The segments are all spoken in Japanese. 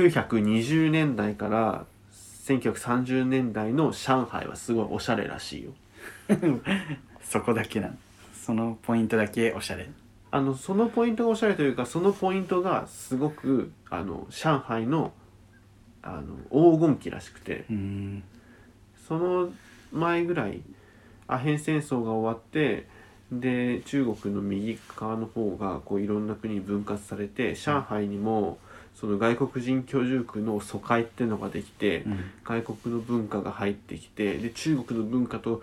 1920年代から1930年代の上海はすごいおしゃれらしいよそこだけなのそのポイントだけおしゃれあのそのポイントがおしゃれというかそのポイントがすごくあの上海のあの黄金期らしくてうーんその前ぐらいアヘン戦争が終わってで中国の右側の方がこういろんな国に分割されて上海にもその外国人居住区の疎開ってのができて、うん外国の文化が入ってきてで中国の文化と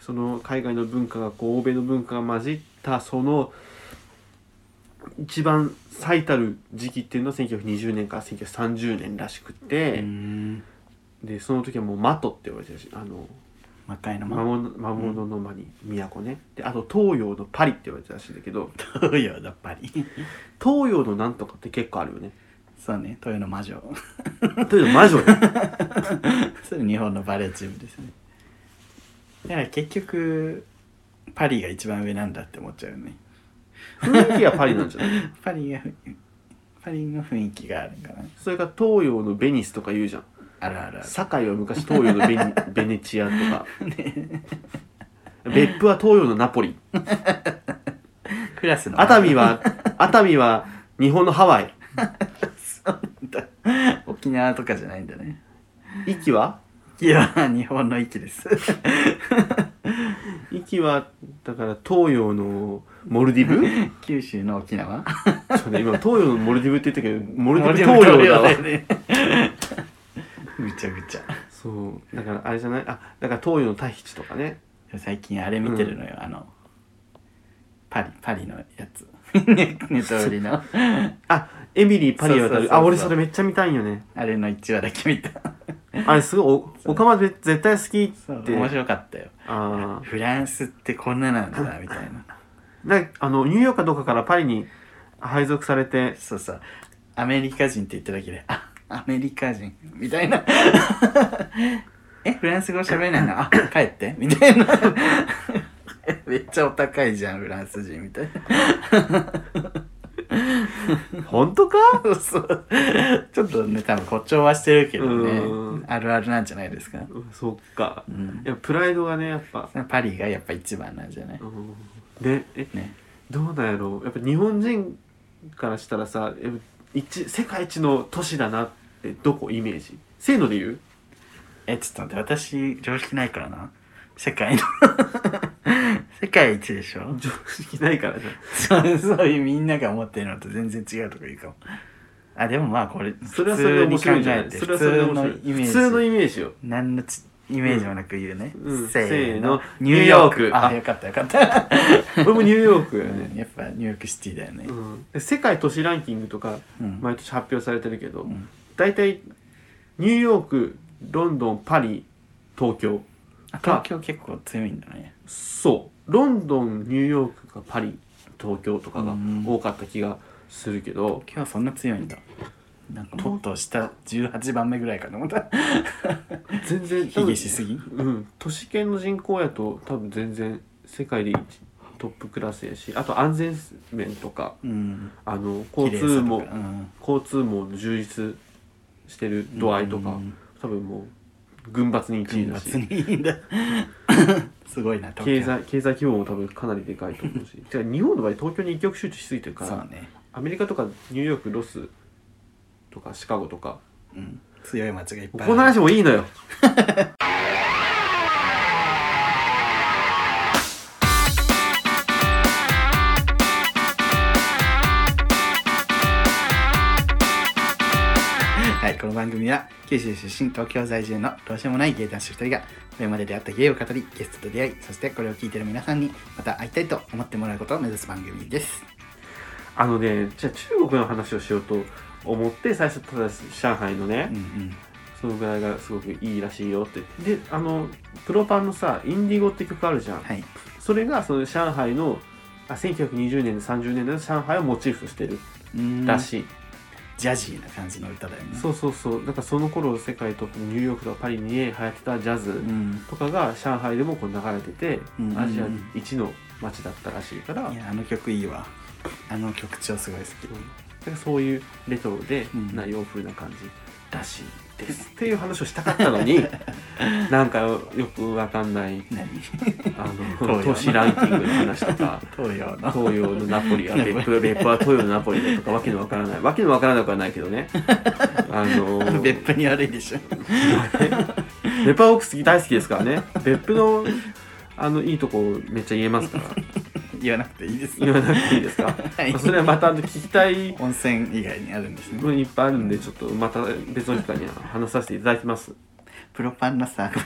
その海外の文化がこう欧米の文化が混じったその一番最たる時期っていうのは1920年から1930年らしくうーて、んでその時はもう「マト」って呼ばれてるしあの魔界の魔魔物魔物の間に都ねであと東洋のパリって言われてたらしいんだけど東洋だっぱり東洋のなんとかって結構あるよねそうね東洋の魔女 東洋の魔女ねそれ日本のバレーチームですねだから結局パリが一番上なんだって思っちゃうよね雰囲気はパリなんじゃないパリがパリの雰囲気があるんかなそれから東洋のベニスとか言うじゃんあるあるある堺は昔東洋のベニ ベネチアとか、別府は東洋のナポリクラスの熱海は熱海は日本のハワイそうだ沖縄とかじゃないんだね壱岐はいや日本の域です 壱岐はだから東洋のモルディブ九州の沖縄そうね今東洋のモルディブって言ったけどモルディブモル東洋だわよね ぐちゃぐちゃそうだからあれじゃないあだから東洋のタヒチとかね最近あれ見てるのよ、あのパリパリのやつ ねネトフリのあエミリー・パリへ渡そうそうそうるそうあ俺それめっちゃ見たいよねあれの1話だけ見たあれすごいお岡間絶対好きそっうて面白かったよああフランスってこんななんだみたいなであのニューヨークかどうかからパリに配属されてそうさアメリカ人って言っただけであアメリカ人みたいな えフランス語喋れないのあ帰ってみたいな めっちゃお高いじゃんフランス人みたい本当かなそうちょっとね多分誇張はしてるけどうねんあるあるなんじゃないですか、うんそっかうんい、やプライドがねやっぱ、パリがやっぱ一番なんじゃないうん、でえねどうなんやろうやっぱ日本人からしたらさやっぱ一世界一の都市だなってどこイメージせーので言うえちょっと待って私常識ないからな世界の 世界一でしょ常識ないからじゃんそうそういうみんなが思ってるのと全然違うとか言うかもあでもまあこれそれはそれで面白いんじゃない普そ通れはに考それでえて普通面白いのイメージ普通のイメージよ何のちイメージもなく言うね、うんせーのせーのニューヨークニューヨークああよかったよかった、俺もニューヨークよね、やっぱニューヨークシティだよね、うんで世界都市ランキングとかうん毎年発表されてるけどん大体、ニューヨークロンドンパリ東京あ東京結構強いんだねそうロンドンニューヨークかパリ東京とかがうん多かった気がするけど今日はそんな強いんだなんかもっと下18番目ぐらいかと思った全然多分卑下しすぎうん都市圏の人口やと多分全然世界で一トップクラスやしあと安全面とかうんあの綺交麗通さともかうん交通網の充実してる度合いとか、うん多分もう群抜に1位だし別にいいんだ すごいな東京経済経済規模も多分かなりでかいと思う してか日本の場合東京に一極集中しすぎてるかそら、うねアメリカとかニューヨークロスとかシカゴとかうん強い街がいっぱいあこるの話もいいのよはい、この番組は九州出身東京在住のどうしようもない芸男子2人がこれまで出会った芸を語りゲストと出会いそしてこれを聞いてる皆さんにまた会いたいと思ってもらうことを目指す番組ですあのねじゃあ中国の話をしようと思って最初ただ上海のね、うんうんそのぐらいがすごくいいらしいよってであのプロパンのさ「インディゴ」って曲あるじゃん、はいそれがその上海のあ1920年30年代の上海をモチーフとしてるうーんらしい、ジャジーな感じの歌だよねそうそうそうだからその頃世界とニューヨークとかパリに流行ってたジャズうんとかが上海でもこう流れてて、うんアジア一の街だったらしいから、いやあの曲いいわあの曲調すごい好きうんからそういうレトロでうんな洋風な感じらしいです、っていう話をしたかったの になんかよくわかんない何あ洋の都市ランキングの話とか東洋の東洋のナポリは別府別府は東洋のナポリだとかわけのわからないわけのわからなくはないけど ねあの別府に悪いでしょペッパーオークス大好きですからね別府のあのいいとこめっちゃ言えますから言わなくていいです言わなくていいですか、はいまあそれはまたあの聞きたい温泉以外にあるんですね分いっぱいあるんでちょっとまた別の機会に話させていただきますプロパンのさ、はい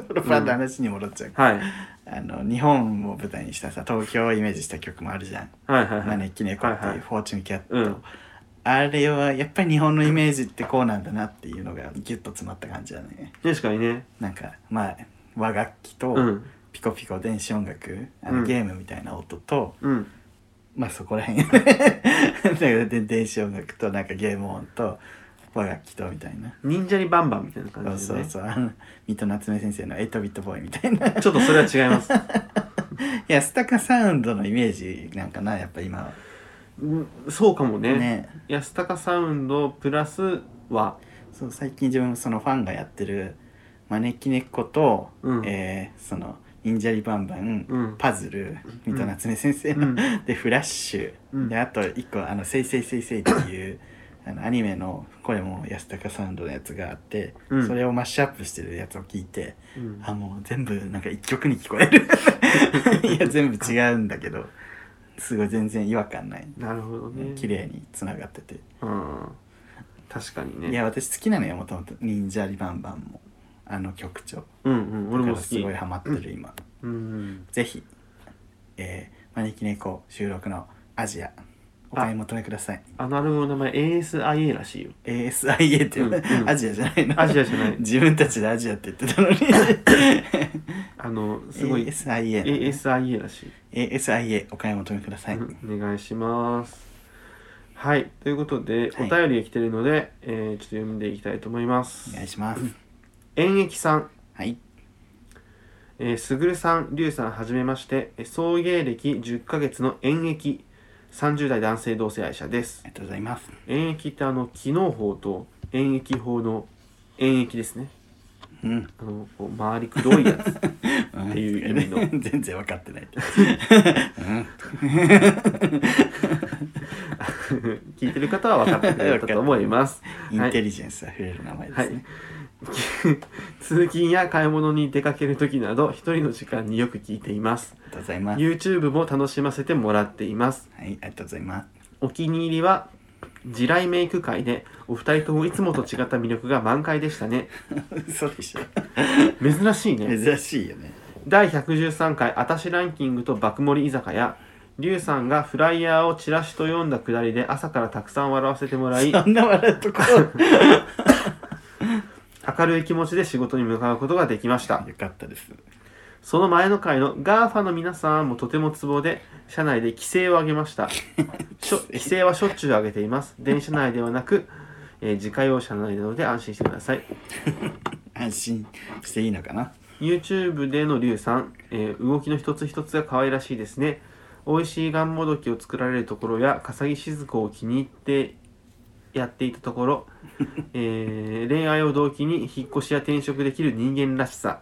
プロパンの話に戻っちゃう、はいあの日本を舞台にしたさ東京をイメージした曲もあるじゃんはい「はいはい招き猫」ってはいはいう「いフォーチュンキャット」うんあれはやっぱり日本のイメージってこうなんだなっていうのがギュッと詰まった感じだね確かにねなんかまあ和楽器とうんピコピコ電子音楽あのうんゲームみたいな音と、うんまあそこら辺 だからで電子音楽となんかゲーム音と和楽器とみたいな。忍者にバンバンみたいなそう感じでそねうそうあの水戸夏目先生の8ビットボーイみたいな ちょっとそれは違います安高サウンドのイメージなんかなやっぱ今はうんそうかもねね安高サウンドプラスはそう最近自分もそのファンがやってる招き猫と、うんえーその忍者リバンバン、うんパズル水戸夏目先生うの、ん でフラッシュ、うんであと一個「あのせいせいせいせい」っていうあのアニメのこれも安高サウンドのやつがあって、うんそれをマッシュアップしてるやつを聞いてうんあもう全部なんか一曲に聞こえ るいや全部違うんだけどすごい全然違和感ないなるほどね綺麗につながってて、うん確かにねいや私好きなのよもともと忍者リバンバンもあの曲調うんうん俺も好だからすきごいハマってる今、うんぜひえー、招き猫収録のアジアお買い求めくださいあのアルバムの名前 ASIA らしいよ ASIA っていう、うんうんアジアじゃないのアジアじゃない自分たちでアジアって言ってたのにあの すごい ASIA なのね ASIA らしい ASIA お買い求めください、うんお願いしますはいということで、はいお便りが来てるので、えーちょっと読んでいきたいと思いますお願いします演劇さんはいえーすぐるさん、りゅうさんはじめまして、えー送迎歴10ヶ月の演劇、30代男性同性愛者ですあり。がとうございます演劇ってあの、機能法と演劇法の演劇ですね。うんあの、こう回りくどいや つ。っていう意味の全然分かってないけど聞いてる方は分かってくれたと思います。イはンい テリジェンスあふれる名前ですね、通勤や買い物に出かける時など、一人の時間によく聞いています。ありがとうございます YouTube も楽しませてもらっています。はい、ありがとうございます。 お気に入りは地雷メイク会でお二人ともいつもと違った魅力が満開でしたね嘘でしょ。珍しいね珍しいよね。第113回あたしランキングと爆盛り居酒屋リュウさんがフライヤーをチラシと読んだくだりで朝からたくさん笑わせてもらいそんな笑うとこ ろ。明るい気持ちで仕事に向かうことができましたよかったです。その前の回の GAFA の皆さんもとてもツボで社内で規制を上げました しょ規制はしょっちゅう上げています電車内ではなく、えー自家用車内なので安心してください安心していいのかな。 YouTube でのリュウさん、えー動きの一つ一つが可愛らしいですね美味しいがんもどきを作られるところや笠木静子を気に入ってやっていたところ、えー恋愛を動機に引っ越しや転職できる人間らし さ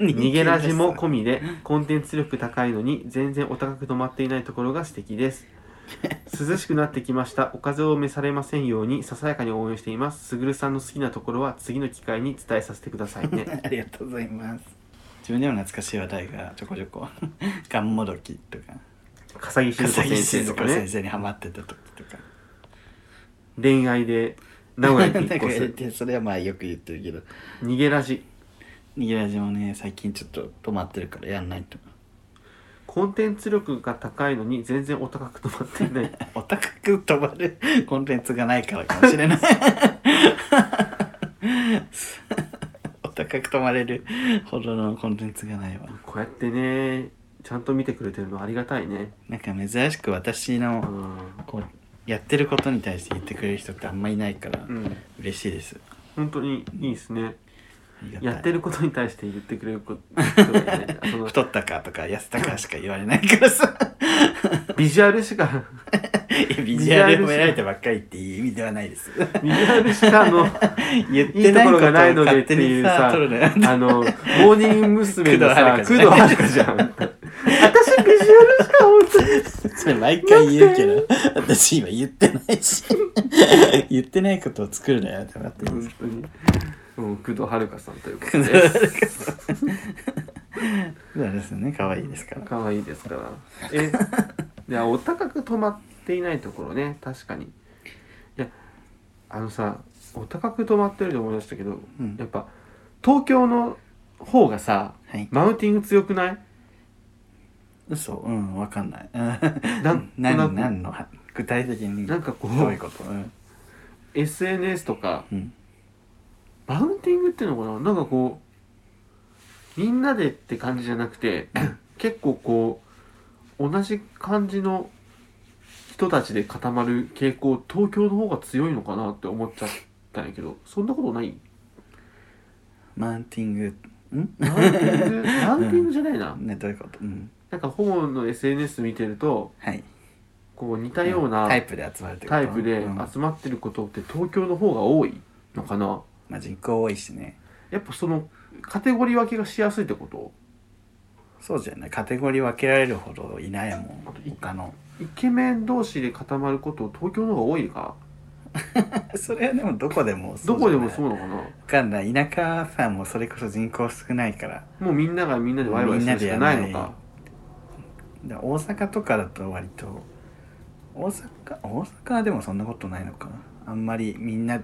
逃げラジも込みでコンテンツ力高いのに全然お高く止まっていないところが素敵です涼しくなってきましたお風邪を召されませんようにささやかに応援していますすぐるさんの好きなところは次の機会に伝えさせてくださいね ありがとうございます。自分でも懐かしい話題がちょこちょこ。 ガンモドキとか、笠木静子笠木先生静と子か先ね生にハマってた時とか。恋愛で名古屋に な引んっか言っ越てそれはまあよく言ってるけど、 す逃げラジ逃げラジもね、最近ちょっと止まってるからやんないと。 コンテンツ力が高いのに全然お高く止まっていない お高く止まる コンテンツがないからかもしれない お高く止まれるほどのコンテンツがないわこうやってねちゃんと見てくれてるのありがたいねなんか珍しく私うのん、こうやってることに対して言ってくれる人ってあんまいないからうん、嬉しいです本当にいいですねありがたやいってることに対して言ってくれることがねそ の 太ったかとか痩せたかしか言われないからさ ビジュアルしかえビジュアル褒められたばっかりっていう意味ではないです。ビジュアルしたの言いっいてとないこことろがをないので勝って手にいうささ、取るのよ。あのモーニング娘。のさ工工藤藤遥遥香香じじゃゃんん 私ビジュアルしか本当に それ毎回言うけど、私今言ってない し、言ってないことを作るのよってなってます。本当に、うん、工藤遥さんということ工藤で遥香さんそうですよね、可愛いですから。可愛いですからえいやお高く止まっていないところね確かにいやあのさお高く止まってると思いましたけど、うんやっぱ東京の方がさはい。マウンティング強くない嘘うん、わかんない。 な 何、な何、何の、は具体的になんかこどういううことうん。 SNS とかうんマウンティングっていうのかななんかこうみんなでって感じじゃなくて 結構こう同じ感じの人たちで固まる傾向東京の方が強いのかなって思っちゃったんやけどそんなことないマウンティング、んマウンティン グマウンティングじゃないな、ね、どういうことうん。なんかホモの SNS 見てるとはい。こう似たようなタイプで集まるってことタイプでうんま集まってることって東京の方が多いのかなあ人口多いしね。やっぱそのカテゴリー分けがしやすいってことそうじゃない。カテゴリー分けられるほどいないもんあとい。他の。イケメン同士で固まること東京の方が多いかそれはでもどこでもどこでもそううなのかな分かんない田舎さもそれこそ人口少ないからもうみんながみんなでワイワイするしかないのみんなでやらかだ大阪とかだと割と大阪大阪はでもそんなことないのかなあんまりみんな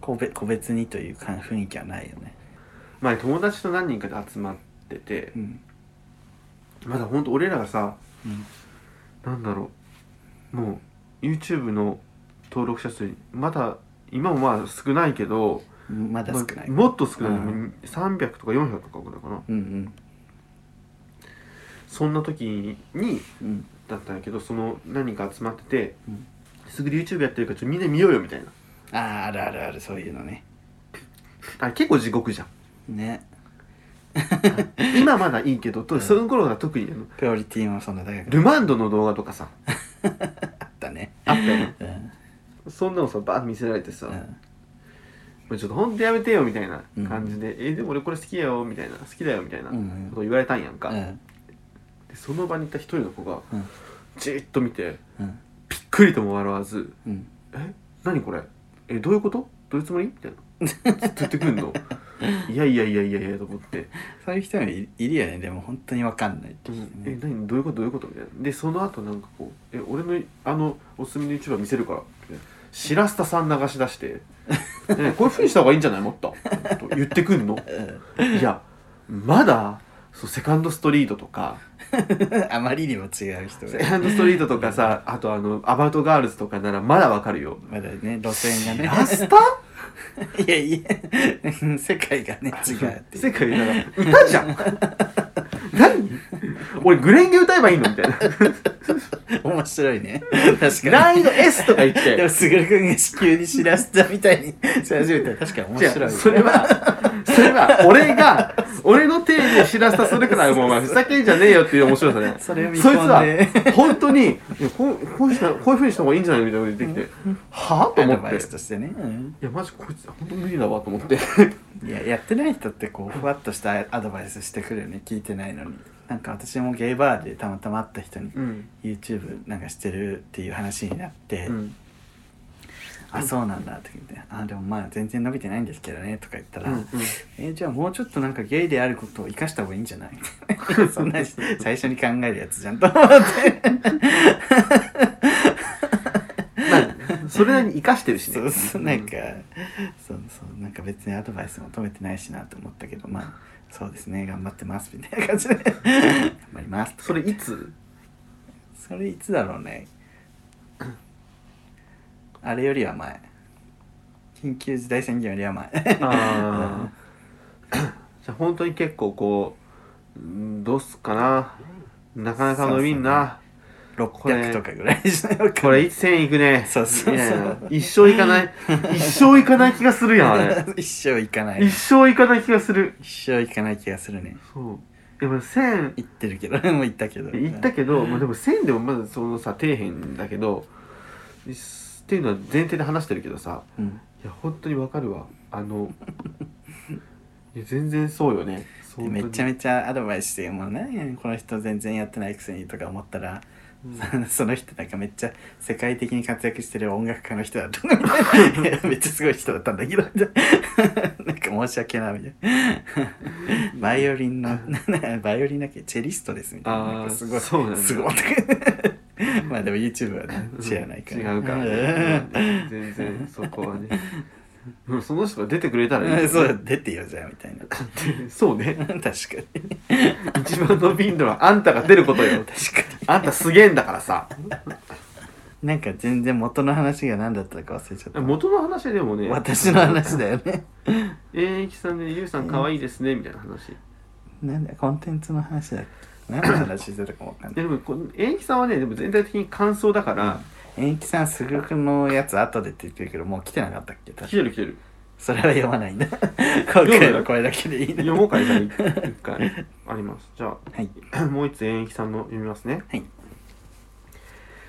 個別個別にというか雰囲気はないよね前友達と何人かで集まっててうんまだほんと俺らがさうんなんだろうもう YouTube の登録者数まだ今もまあ少ないけどまだ少ない、もっと少ない、うん300とか400とかぐらいかなうんそんな時にうんうんだったんやけどその何人か集まってて、うんすぐ YouTube やってるからちょっとみんな見ようよみたいなあああるあるあるそういうのねあれ結構地獄じゃんね 今まだいいけどと、その頃が特にあのプオリティもそんな大学ルマンドの動画とかさあったねあったよねうんそんなのさバーッ見せられてさ、うもんうちょっとほんとやめてよみたいな感じで「えでも俺これ好きやよ」みたいな「好きだよ」みたいなうこんと言われたんやんか、うんでその場にいた一人の子がうんじーっと見てうんびっくりとも笑わずうん「え何これえどういうことどういうつもり?」みたいなずっと言ってくんの いやいやいやいやいやと思ってそういう人もいいるよねでも本当に分かんないってう人んねえ何どういうことどういうことみたいなでその後なんかこう「え俺のあのおすすめの YouTuber 見せるから」みたいな白らさん流し出して 「ねえ、こういうふうにした方がいいんじゃないもっと」と言ってくん のいやまだそうセカンドストリートとか あまりにも違う人セがカンドストリートとかさあとあのアバウトガールズとかならまだわかるよまだね路線がラねスタいやいやうん世界 がね違うっていう世界なら歌じゃ ん何俺グレンゲ歌えばいいのみたいな面白い ね確か難易度 S とか言っにでてもすぐるくんが地球に知らせたみたいにそれ初めて確かに面違白ういそれはそれは俺 が俺の手で知らせたそれからもうお前ふざけんじゃねえよっていう面白さねそれを見そいつ込んでは本当にいやこうこうしたこういうふうにした方がいいんじゃないみたいなこと言ってきてはあと思アドっバてイスとしてね、うんいやマジこいつ本当無理だわと思っていややってない人ってこうふわっとしたアドバイスしてくるよね聞いてないのになんか私もゲイバーでたまたま会った人にうん YouTube なんかしてるっていう話になって、うんあそうなんだって言って「あでもまあ全然伸びてないんですけどね」とか言ったうら「んえじゃあもうちょっとなんかゲイであることを生かした方がいいんじゃない?」 そんな最初に 考えるやつじゃんと思ってまあそれなりに生かしてるしねそうそうなんかそうそうなんか別にアドバイス求めてないしなと思ったけどまあそうですね頑張ってますみたいな感じで 頑張りますとかそれいつそれいつだろう ねあれよりは前緊急事態宣言よりは 前あーじゃあ本当に結構こうんどうすっかななかなか伸びんな600とかぐらいじゃないこれ1000いくねそうそうそういやいや一生いかない一生いかない気がするやんあれ 一生行かない一生いかない気がする一生行かない気がするねそうでも1000 行ってるけどもう行ったけど行ったけど、まあ、でも1000でもまだそのさ底辺だけどですっていうのは前提で話してるけどさうん、いや本当にわかるわあのいや全然そうよねでめちゃちめちゃアドバイスしてもう何やねんこの人全然やってないくせにとか思ったら、その人なんかめっちゃ世界的に活躍してる音楽家の人だとかみたいないやめっちゃすごい人だったんだけど みたいななんか申し訳ないみたいなバイオリンの バイオリンだっけチェリストですみたいなあーなんかすごいそうなんだすごい まあでも YouTube はね知らないから違うから、ね、全然そこはねうんその人が出てくれたらいいようねん そう出てよじゃあみたいな そうね確かに一番の頻度はあんたが出ることよ確かにあんたすげえんだからさなんか全然元の話が何だったか忘れちゃった元の話でもね私の話だよねえいきさんで、ゆうさん可愛いですねみたいな話いなんだコンテンツの話だっけ何の話してたかわかんないやでもこえいきさんはねでも全体的に感想だから、延期さんすぐくんのやつ後でって言ってるけどもう来てなかったっけ確来かてる来てるそれは読まないんだ今回はこれだけでいいな読もうかいじゃあ一回ありますじゃはいあもう一つ演劇さんの読みますねはい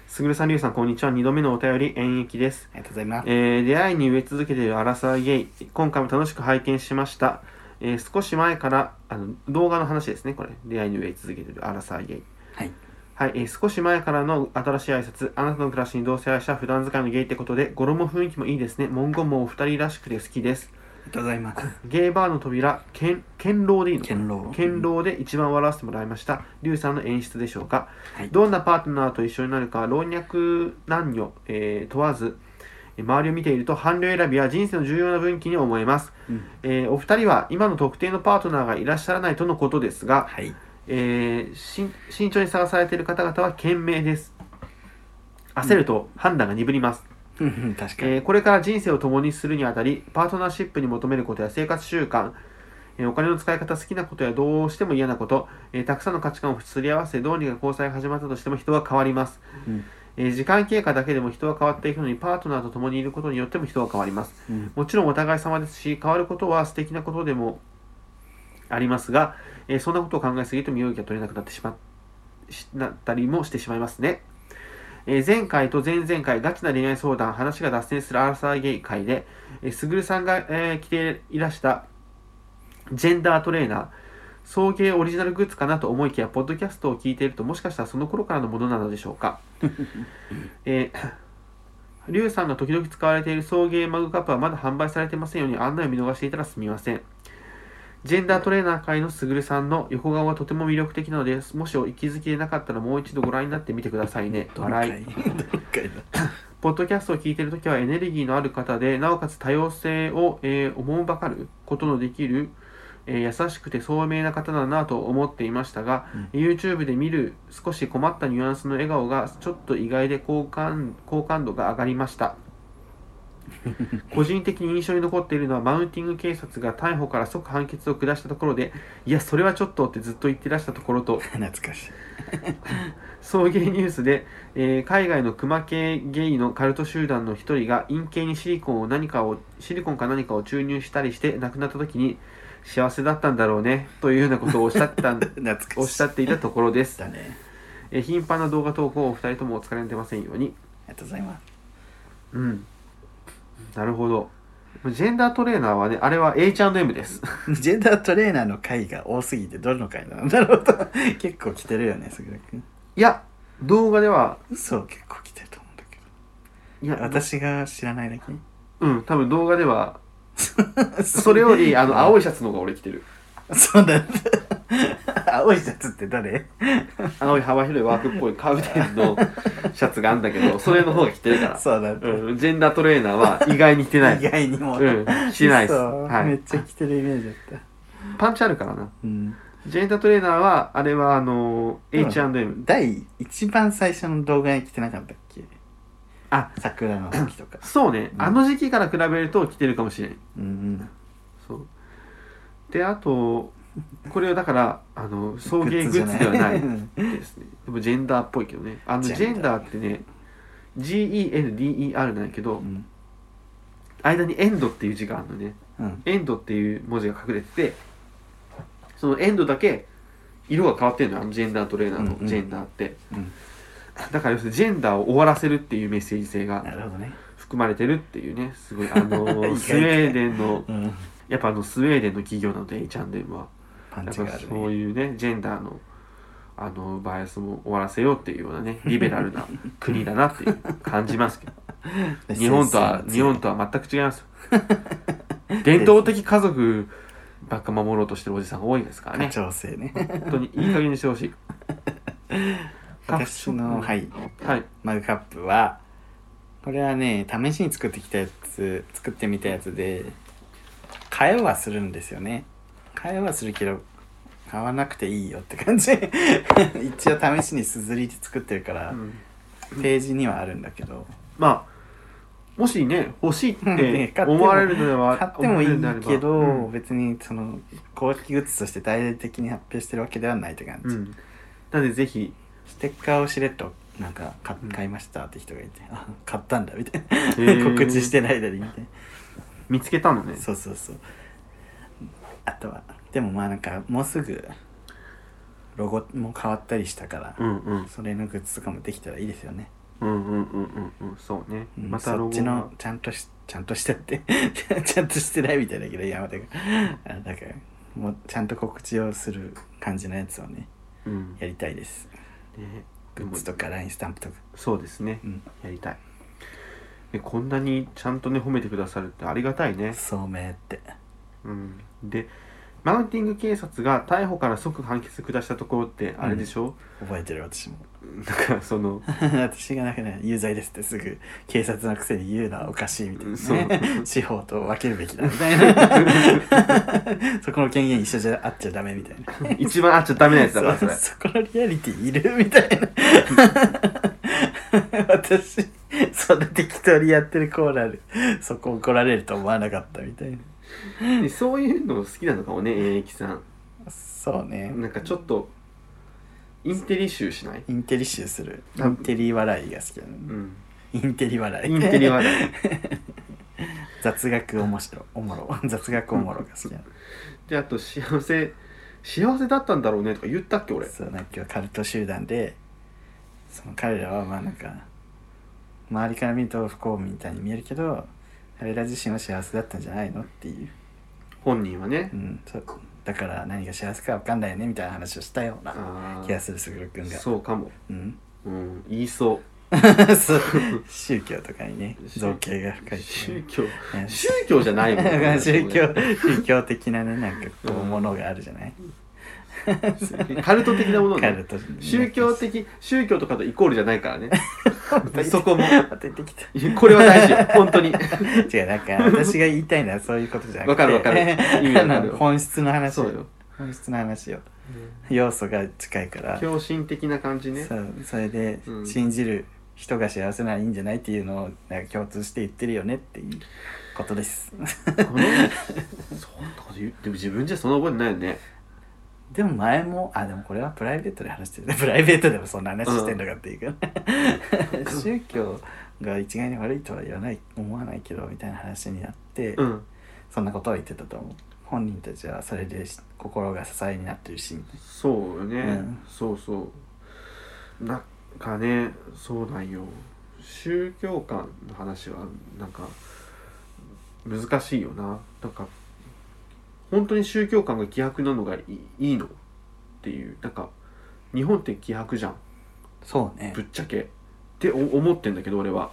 すぐるさんりゅうさんこんにちは2度目のお便り演劇ですありがとうございますえー出会いに植え続けているアラサーゲイ今回も楽しく拝見しました、えー少し前からあの動画の話ですねこれ出会いに植え続けているアラサーゲイはいはい、えー少し前からの新しい挨拶あなたの暮らしに同性愛した普段使いのゲイってことで語呂も雰囲気もいいですね文言もお二人らしくて好きですありがとうございますゲイバーの扉けん堅牢でいいの堅牢堅牢で一番笑わせてもらいましたリュウさんの演出でしょうかはいどんなパートナーと一緒になるか老若男女、えー問わずえー周りを見ていると伴侶選びは人生の重要な分岐に思えます、うんえーお二人は今の特定のパートナーがいらっしゃらないとのことですが、はいえーしん慎重に探されている方々は賢明です焦ると判断が鈍ります、うんうん確かにえーこれから人生を共にするにあたりパートナーシップに求めることや生活習慣、えーお金の使い方好きなことやどうしても嫌なこと、えーたくさんの価値観をすり合わせどうにか交際が始まったとしても人は変わります、うんえー時間経過だけでも人は変わっていくのにパートナーと共にいることによっても人は変わりますうんもちろんお互い様ですし変わることは素敵なことでもありますが、えーそんなことを考えすぎると身動きが取れなくなってしましなったりもしてしまいますね、えー前回と前々回ガチな恋愛相談話が脱線するアラサーゲイ会で、えー、すぐるさんが、えー着ていらしたジェンダートレーナー送迎オリジナルグッズかなと思いきやポッドキャストを聞いているともしかしたらその頃からのものなのでしょうか、えーリュウさんが時々使われている送迎マグカップはまだ販売されてませんように案内を見逃していたらすみません。ジェンダートレーナー界のすぐるさんの横顔はとても魅力的なので、もしお気づきでなかったらもう一度ご覧になってみてくださいね。どの笑い回。どの回だポッドキャストを聞いているときはエネルギーのある方で、なおかつ多様性を、えー、思うばかることのできる、えー優しくて聡明な方だなと思っていましたが、YouTube で見る少し困ったニュアンスの笑顔がちょっと意外で好感好感度が上がりました。個人的に印象に残っているのはマウンティング警察が逮捕から即判決を下したところでいやそれはちょっとってずっと言ってらしたところと懐かしい送迎ニュースで、えー海外の熊系ゲイのカルト集団の一人が陰茎にシリコンを何かをシリコンか何かを注入したりして亡くなった時に幸せだったんだろうねというようなことをおっしゃったん 懐かしいおっしゃっていたところです、だねえー頻繁な動画投稿をお二人ともお疲れに出ませんようにありがとうございますうんなるほどジェンダートレーナーはねあれは H&M です ジェンダートレーナーの回が多すぎてどの 回なんだろうと結構来てるよねすぐるくんいや動画では嘘結構来てると思うんだけいやど私が知らないだけうん多分動画では それよりあの青いシャツの方が俺着てる そうなんだ 青いシャツっ て誰青い幅広いワークっぽいカーブテンのシャツがあんだけどそれの方が着てるから、そうなんだ、うん、ジェンダートレーナーは意外に着てない意外にも、うんしてないです嘘はいめっちゃ来てるイメージだった、パンチあるからなうん、ジェンダートレーナーはあれはあのうん H&M 第一番最初の動画に来てなかったっけあ桜の時とかそうね、うんあの時期から比べると着てるかもしれんうんそうであとこれはだからあの送迎グッズではないうんですねでもジェンダーっぽいけどねあのジジェェンンダダーってね GENDER なんやけどうん間にエンドっていう字があるのねうんエンドっていう文字が隠れててそのエンドだけ色が変わってるのよあのジェンダートレーナーうんうのんジェンダーって、うんだから要するにジェンダーを終わらせるっていうメッセージ性ながるほどね。含まれてるっていうねすごいあ 意外のとスウェーデンのうん。やっぱあのスウェーデンの企業なので H&M はパンだチかがあらるそうね。いうねジェンダーのあのバイアスも終わらせようっていうようなねリベラルな国だなっていう感じますけど日本とは日本とは全く違いますよ 伝統的家族ばっか守ろうとしてるおじさんが多いですから ね調整ね。本当にいい加減にしてほしい、私の、はいい、はい、マグカップは、これはね、試しに作ってきたやつ、作ってみたやつで、買えはするんですよね。買えはするけど、買わなくていいよって感じ。 一応試しにすずりで作ってるから、うんページにはあるんだけど、まあもしね欲しいっ ねて買っても思われるのでは買ってもいい思われるのであければど、うん別にその公式グッズとして大々的に発表してるわけではないって感じ、うん、なのでぜ ひステッカーをしれっとなんか買うん買いましたって人がいて、あ買ったんだみたいな、ー告知してない間にみたい見つけたのねなそうそうそうあとはでもまあなんかもうすぐロゴも変わったりしたから、うんうんそれのグッズとかもできたらいいですよね、うんうんうんうんうんそうね、うんまたそロっゴちがのちゃんとしちゃんとしたって ちゃんとしてないみたいだけど山田があだからもうちゃんと告知をする感じのやつをねうんやりたいですねでグッもズとか LINE スタンプとかそうですねうんやりたいでこんなにちゃんとね褒めてくださるってありがたいね聡明ってうん、でマウンティング警察が逮捕から即判決下したところってあれでしょ、覚えてる私もだからその 私がなくね有罪ですってすぐ警察のくせに言うのはおかしいみたいな、ね、司法と分けるべきだみたい なそこの権限一緒じゃあっちゃダメみたいな一番あっちゃダメなやつだからそそれそこのリアリティいるみたいな 私そんな適当にやってるコーナーでそこ怒られると思わなかったみたいなでそういうの好きなのかもね演疫さんそうねなんかちょっとインテリ臭しないインテリ集するイあンテリ笑いが好きだね、うんインテリ笑いインテリはない 雑学おもしろお もろ雑学おもろが好きなのであと幸せ幸せだったんだろうねとか言ったっけ俺そうなんか今日カルト集団でその彼らはまあなんか周りから見ると不幸みたいに見えるけど彼ら自身は幸せだったんじゃないのっていう、本人はねうん、そうだから何が幸せか分かんないよねみたいな話をしたようなあ気があするすぐるくんがそうかもうん、 うん言いそう そう宗教とかにね造形が深いってい宗うね教ね宗教じゃないもんね 宗教宗教的なねなんかこううんものがあるじゃない、 カルト的なものカねルト宗教 的宗教とかとイコールじゃないからね そそこも当ててきたこれは大事 よ本当に違うなんか私が言いたいのはそういうことじゃなくてわかるわかる意味わ かるよ本質の話そうよ本質の話よ要素が近いから、狂信的な感じねそうそれで、うん信じる人が幸せならいいんじゃないっていうのをなんか共通して言ってるよねっていうことですこのそんなこと言っても自分じゃそんな覚えてないよねでも前もあでもこれはプライベートで話してる ねプライベートでもそんな話してんのかっていうか、宗教が一概に悪いとは言わない思わないけどみたいな話になって、うんそんなことを言ってたと思う本人たちはそれでし心が支えになってるしそうよね、うんそうそうなんかねそうなんよ宗教観の話はなんか難しいよななんか本当に宗教観が希薄なのがいいいいのっていうなんか日本って希薄じゃんそうねぶっちゃけってお思ってんだけど俺は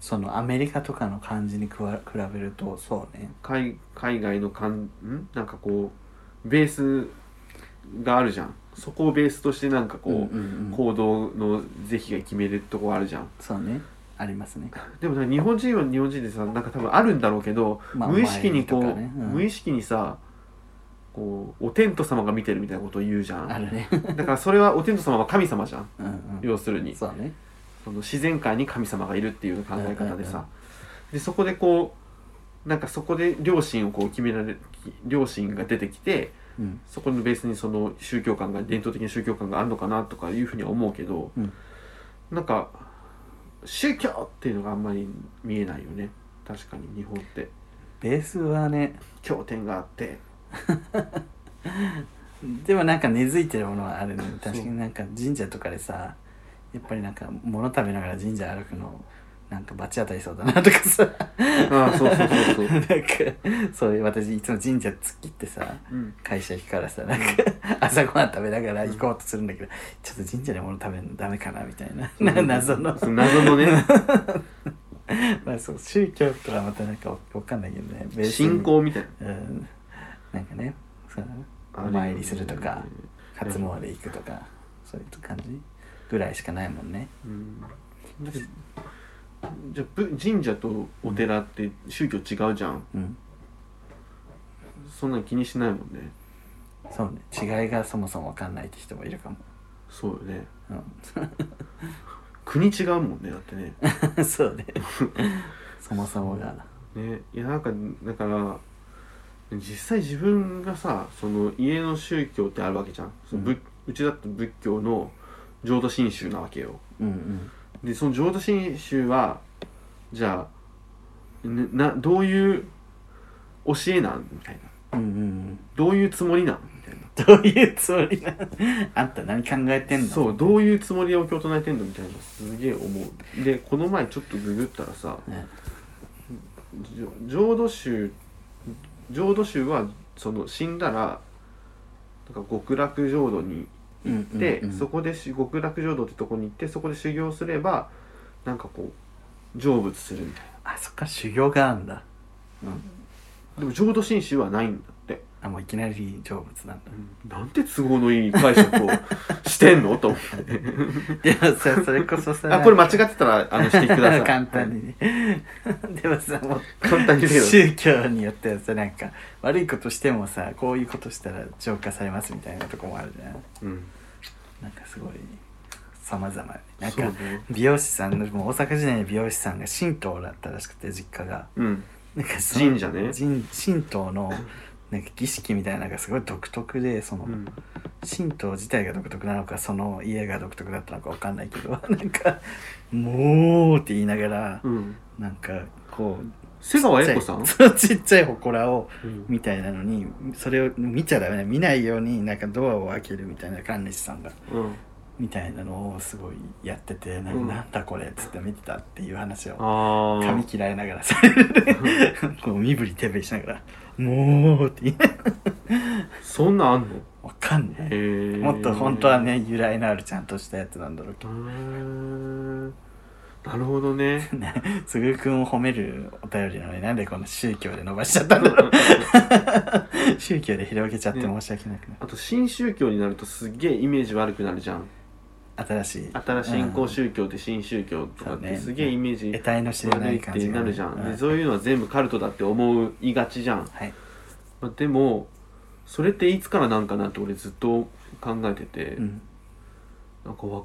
そのアメリカとかの感じにくわ比べるとそうね海海外のかんんなんかこうベースがあるじゃんそこをベースとしてなんかこう、うんうんうん行動の是非が決めれるとこあるじゃんそうねありますねでもなんか日本人は日本人でさなんか多分あるんだろうけど、まあ無意識にこう、お参りとかねうん無意識にさこうお天道様が見てるみたいなことを言うじゃあん るねだからそれはお天道様は神様じゃんうんうん要するにそうねその自然界に神様がいるっていう考え方でうんうんさでそこでこうなんかそこで両親をこう決められ両親が出てきてうんそこのベースにその宗教観が伝統的な宗教観があるのかなとかいうふうには思うけど、うんなんか宗教っていうのがあんまり見えないよね確かに日本ってベースはね経典があってでもなんか根付いてるものはあるね確かそうになんか神社とかでさやっぱりなんか物食べながら神社歩くのなんか罰当たりそうだなとかさああそうそうそうそ なうんかそういう私いつも神社突っ切ってさうん会社行くからさなんか朝ごはん食べながら行こうとするんだけどちょっと神社で物食べるのダメかなみたいなな 謎のそう謎 のねまあそう宗教とはまたなんかわかんないけどねベースに信仰みたいなうんなんかねそうおあれ参りするとかうん初詣行くとかそういう感じぐらいしかないもんねうんだってじゃあぶ神社とお寺って宗教違うじゃんうんそんなん気にしないもんねそうね違いがそもそもわかんないって人もいるかもそうよねう国違うもんねだってねん そうねそもそもがねいやなんかだから実際自分がさその家の宗教ってあるわけじゃんそのぶ、うちだって仏教の浄土真宗なわけようんうんでその浄土真宗はじゃあねなどういう教えなんみたいなうんうんどういうつもりなんみたいなうんどういうつもりなあんた何考えてんのそうどういうつもりでお経唱えてんのみたいなすげえ思うでこの前ちょっとググったらさねじょ浄土宗浄土宗はその死んだらなんか極楽浄土にうんうんうんで、そこでし極楽浄土ってとこに行ってそこで修行すればなんかこう成仏するみたいあそっか修行があんだうんなでも浄土真宗はないんだって、あもういきなり成仏なんだなんて都合のいい解釈をしてんのと思 ってでもさそれこそさ あこれ間違ってたらあのしてください簡単にね でもさもう簡単に言うけど宗教によってはさなんか悪いことしてもさこういうことしたら浄化されますみたいなとこもあるじゃんうんなんかすごい様々よねなんそうかね美容師さんのもう大阪時代の美容師さんが神道だったらしくて実家がうんなんかその神社ね神神道のなんか儀式みたいなのがすごい独特でその、うん神道自体が独特なのかその家が独特だったのかわかんないけど なんか「もう」って言いながら、うんなんかこう瀬川栄子さんちっちゃいそうちっちゃい祠をうんみたいなのにそれを見ちゃダメな見ないようになんかドアを開けるみたいな管理士さんがうんみたいなのをすごいやってて「なうんなんだこれ」っつって見てたっていう話をああ髪切られながらされる ねこう身振り手振りしながら「もう」って言いながらそんなんあんのわかんない。へえもっと本当はね由来のあるちゃんとしたやつなんだろううけーんなるほどねどねすぐくんを褒めるお便りなのになんでこんな宗教で伸ばしちゃった んだろう宗教で広げちゃって申し訳なくない、あと新宗教になるとすっげえイメージ悪くなるじゃん新しい新新興宗教って新宗教とかっそうねてすげえイメージ得体の知れな悪いいっ感じてがねなるじゃん、うでそういうのは全部カルトだって思いがちじゃん、はいまあ、でもそれっていつからなんかなって俺ずっと考えてて、うんなんかわ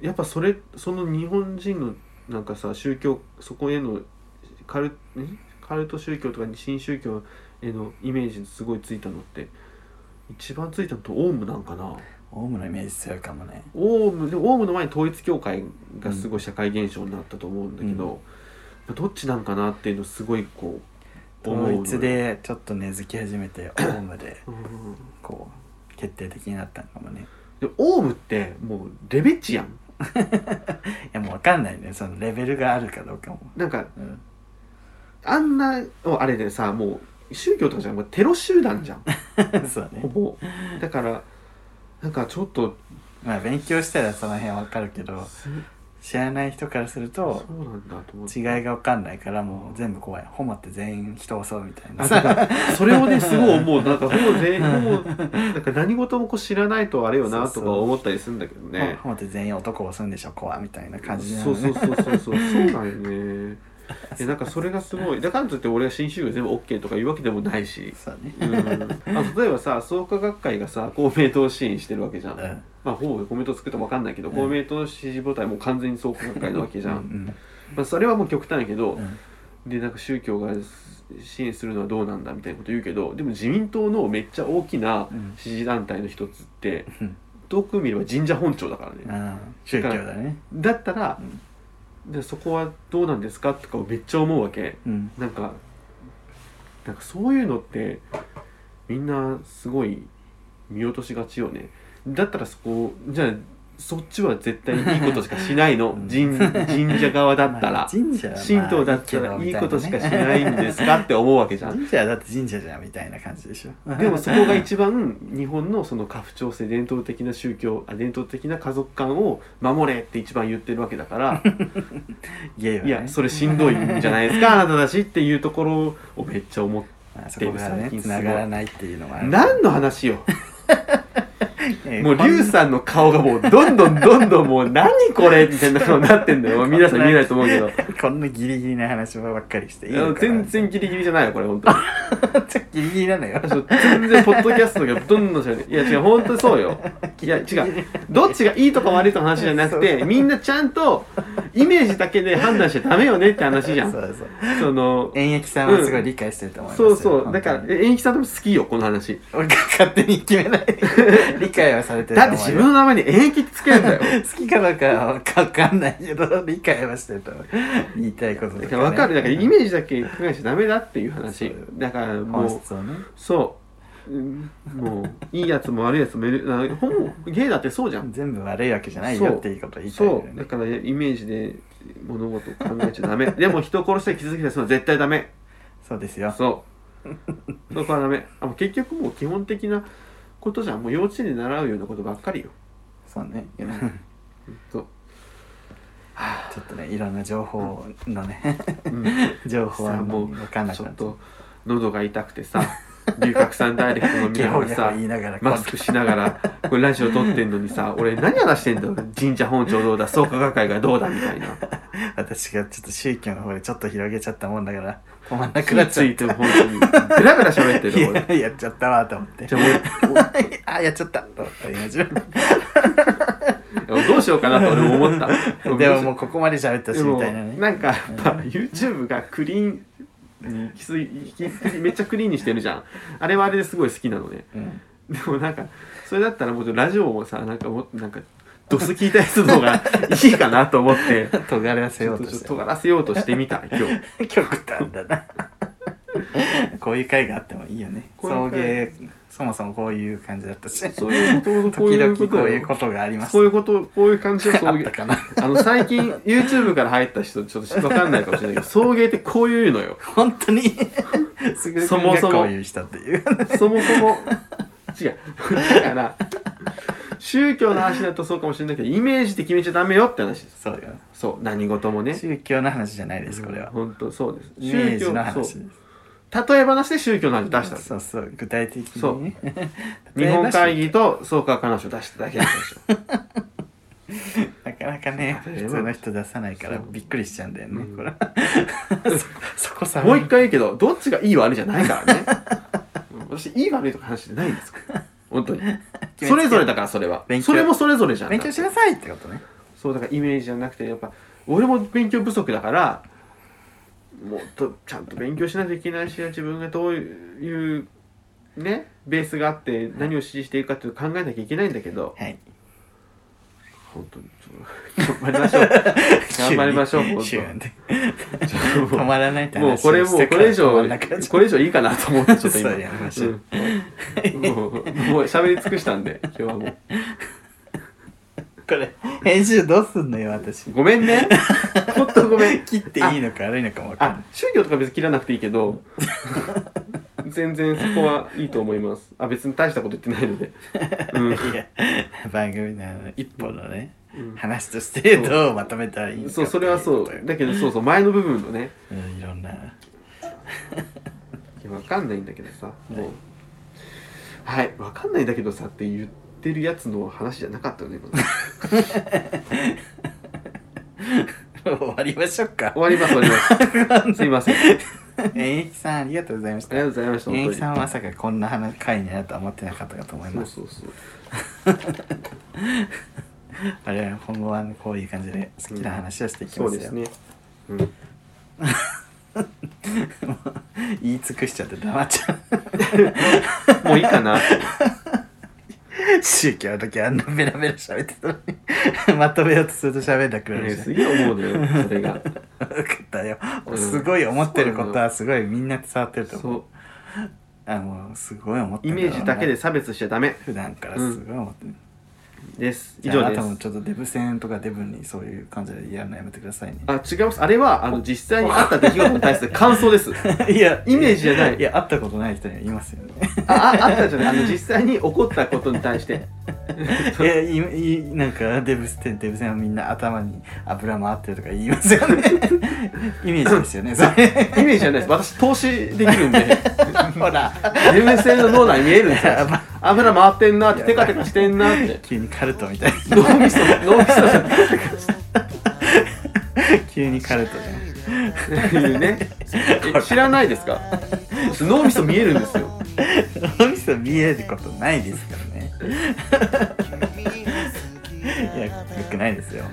やっぱそれその日本人のなんかさ宗教そこへのカルんカルト宗教とか新宗教へのイメージすごいついたのって一番ついたのとオウムなんかなオウムのイメージ強いかもねオウムでオウムの前に統一教会がすごい社会現象になったと思うんだけど、どっちなんかなっていうのすごいこう思うの統よ一、でちょっと根付き始めてオウムでうんこう決定的になったのかもねでオウムってもうレベチやんいやもうわかんないねそのレベルがあるかどうかも、なんかうん、 あんなあれでさもう宗教とかじゃんもうテロ集団じゃんそうねほぼだからなんかちょっとまあ勉強したらその辺わかるけどす知らない人からするそとうなんだと思って違いが分かんないからもう全部怖いホモって全員人を襲うみたいなあだから それをねすごい思うなんかほぼ全員ほぼなんか何事もこう知らないとあれよなとそうそうか思ったりするんだけどね ホモって全員男を襲うんでしょ怖いみたいな感じなそのうねそうそうそうそうそうなんよねえなんかそれがすごいだからといって俺が新宗教全部 OK とか言うわけでもないし、 そうねうん、あ例えばさ創価学会がさ公明党を支援してるわけじゃん、うんまあほぼ公明党作ったか分かんないけど、うん公明党の支持母体も完全に創価学会なわけじゃん、うんまあ、それはもう極端やけど、うんでなんか宗教が支援するのはどうなんだみたいなこと言うけどでも自民党のめっちゃ大きなうん支持団体の一つって、うん遠く見れば神社本庁だからね、ああ宗教だねだったら、でそこはどうなんですかとかをめっちゃ思うわけうんなんかなんかそういうのってみんなすごい見落としがちよねだったらそこじゃあそっちは絶対いいことしかしないのうん神神社側だったまらあ神社はまあ神道だったけらどいみいたことしかしねないんですかって思うわけじゃん 神社はだって神社じゃんみたいな感じでしょでもそこが一番日本のその家父長制伝統的な宗教あ伝統的な家族観を守れって一番言ってるわけだから ゲイは、いね、やそれしんどいんじゃないですかあなただしっていうところをめっちゃ 思っまあそこがね最近すつごいながらないっていうのはて何の話よもうリュ龍ウさんの顔がもうどんどんどんどんもう何これみたいな顔になって んだよもう皆さん見えないと思うけどこんなギリギリな話ばっかりしていいあののかな全 然ギリギリじゃないよこれ本当にギリギリなのよそう全然ポッドキャストがどんどんしゃべるいや違う本当にそう よいや違うどっちがいいとか悪いとかの話じゃな くてみんなちゃんとイメージだけで判断しちゃダメよねって話じゃんそうそうその演劇さんはすごい理解してると思いますよ、そうそうだから 本当にえ演劇さんとも好きよこの話俺が勝手に決めない 理解はされてるだとっ思てうよ自分の名前に演劇つけるんだ よ好きかどうかは分かんないけど理解はしてると思う言いたいこととだねから分かるだからイメージだけ考えちゃダメだっていう話そうだからも本う質をねそううんもういいやつも悪いやつもいるなほぼゲイだってそうじゃん全部悪いわけじゃないよっていうことを言いたいよそうだねからイメージで物事を考えちゃダメ でも人を殺したり傷つけたりするのは絶対ダメそうですよそうそこはダメあもう結局もう基本的なことじゃんもう幼稚園で習うようなことばっかりよそうね そう、ちょっとねいろんな情報の ねうん、情報はさあももうう分かんなちくょなっっちゃうと喉が痛くてさ龍角散ダイレクトのゲ皆ホがゲさホ言いながらマ スクしながらこれラジオ撮ってんのにさ俺何話してんだよ神社本庁どうだ創価学会がどうだみたいな私がちょっと宗教の方でちょっと広げちゃったもんだから止まんなく火なっちつゃいうて本当にベラベラ喋ってるよ俺いややっちゃったわと思ってじゃあもう あやっちゃったと思った今自分どうしようかなと俺 も思った。 でももうここまで喋ったしでもみたいなねなんかやっぱ YouTube がクリーンに行き過ぎ行き過ぎめっちゃクリーンにしてるじゃん。あれはあれですごい好きなのね。うんでもなんかそれだったらもうちょっとラジオもさなんかもなんかドス聞いたやつの方がいいかなと思って。尖ら せちよょうっととちょっしとて尖らせようとしてみた今日極端だな こういう会があってもいいよねこうい送う会迎そもそもこういう感じだったしそういうことこう時いう々こ ことういうよことがありますそういうことこういう感じの送 あっ迎たかなあの最近 YouTube から入った人ちょっと分かんないかもしれないけど送迎ってこういうのよ本 当にすぐそもそもこういう人っていうそもそも違うだから宗教の話だとそうかもしれないけどイメージで決めちゃダメよって話ですそうよそう何事もね宗教の話じゃないですこれは本当そうですイメージの宗教話そでう例え話で宗教の話出したすのそうそう具体的そにうね 日本会議議と創価彼女出しただけなんですよなかなかね例えば普通の人出さないからそうびっくりしちゃうんだよねうん これそそこさもう一回言うけどどっちがいい悪いじゃないからね うん私いい悪いとか話じゃないんですから本当にけそれぞれだからそれは勉強それもそれぞれじゃん勉強しなさいってことねそうだからイメージじゃなくてやっぱ俺も勉強不足だからもっとちゃんと勉強しないといけないし自分がどういうねベースがあって何を支持していくかっていうのを考えなきゃいけないんだけどはい本当にちょっと頑張りましょう頑張りまし ょう 急本当に急に ねちょっと止もまらないってうもうこれもうこれ以上これ以上いいかなと思ってちょっと今そうやめましょううんもうもう喋り尽くしたんで今日はもうこれ編集どうすんのよ私ごめんねほんとごめん切っていいのか悪いのかも分かんあ宗教とか別に切らなくていいけど全然そこはいいと思いますあ別に大したこと言ってないので、うんないいや番組のあの一本のねうん話としてどうまとめたらいいのかそうそれはそっていうことよだけどそうそう前の部分のねうんいろんなわかんないんだけどさもうはいわかんないんだけどさって言ってるやつの話じゃなかったよね今の終わりましょうか終わります終わりますすいませんあり演劇さんありがとうございましがたとうございました演本劇さん当はまさかこんな話会になるとは思ってなかったかと思いにそまうすそうそう我々今後はねこういう感じで好きな話をしていきそまうすですよね、うん、言い尽くしちゃって黙っちゃうもういいかな宗教の時あんなベラベラ喋ってたのに まとめようとすると喋んなくなねるじゃんすげえ思うのよそれ が分かったよ、うんすごい思ってることはすごいみんな伝わってると思うそうあのすごい思ってイるんメーろうジなだけで差別しちゃダメ普段からすごい思ってる、うです以じゃあ上あなでたすもちょっとデブ戦とかデブにそういう感じでやるのやめてく ださいねあ違いますあれはあの実際にあった出来事に対する感想です いやイメージじゃないいや会ったことない人にはいますよねあああったじゃないあの実際に起こったことに対して いやいいなんかデブ戦デブ戦はみんな頭に油回ってるとか言いますよ ねイメージですよねそれイメージじゃないです私投資できるん でほら眠眠性の脳内見えるんですよま油回ってんなってテカテカしてんなって 急にカルトみたい脳みそ脳みそじゃない 急にカルトじゃんっていうねえ知らないですか脳みそ見えるんですよ 脳みそ見えることないですからね いやよくないですよ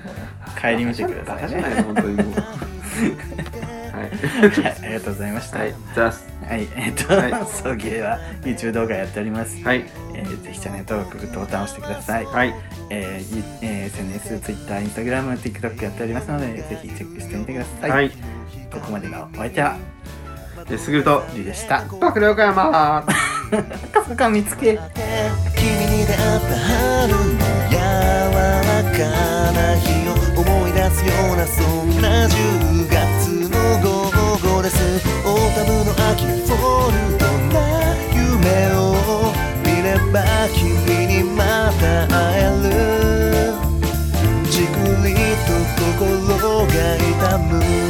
帰り道くだバカさいじねゃないの本当にもうはい はい、ありがとうございました。ははいい、ザえっ、はと、 送迎は YouTube 動画やっております。はいえーぜひチャンネル登録、グッドボタンを押してください。はいえーゆえー SNS、Twitter、Instagram、TikTok やっておりますので、ぜひチェックしてみてください。はいここまでのお相手は、ですぐるとりゅうでした。爆力山赤坂見つけ。君に出会った春の柔らかな日を思い出すようなそんな10月の午後ですオータムの秋フォルトな夢を見れば君にまた会えるじくりと心が痛む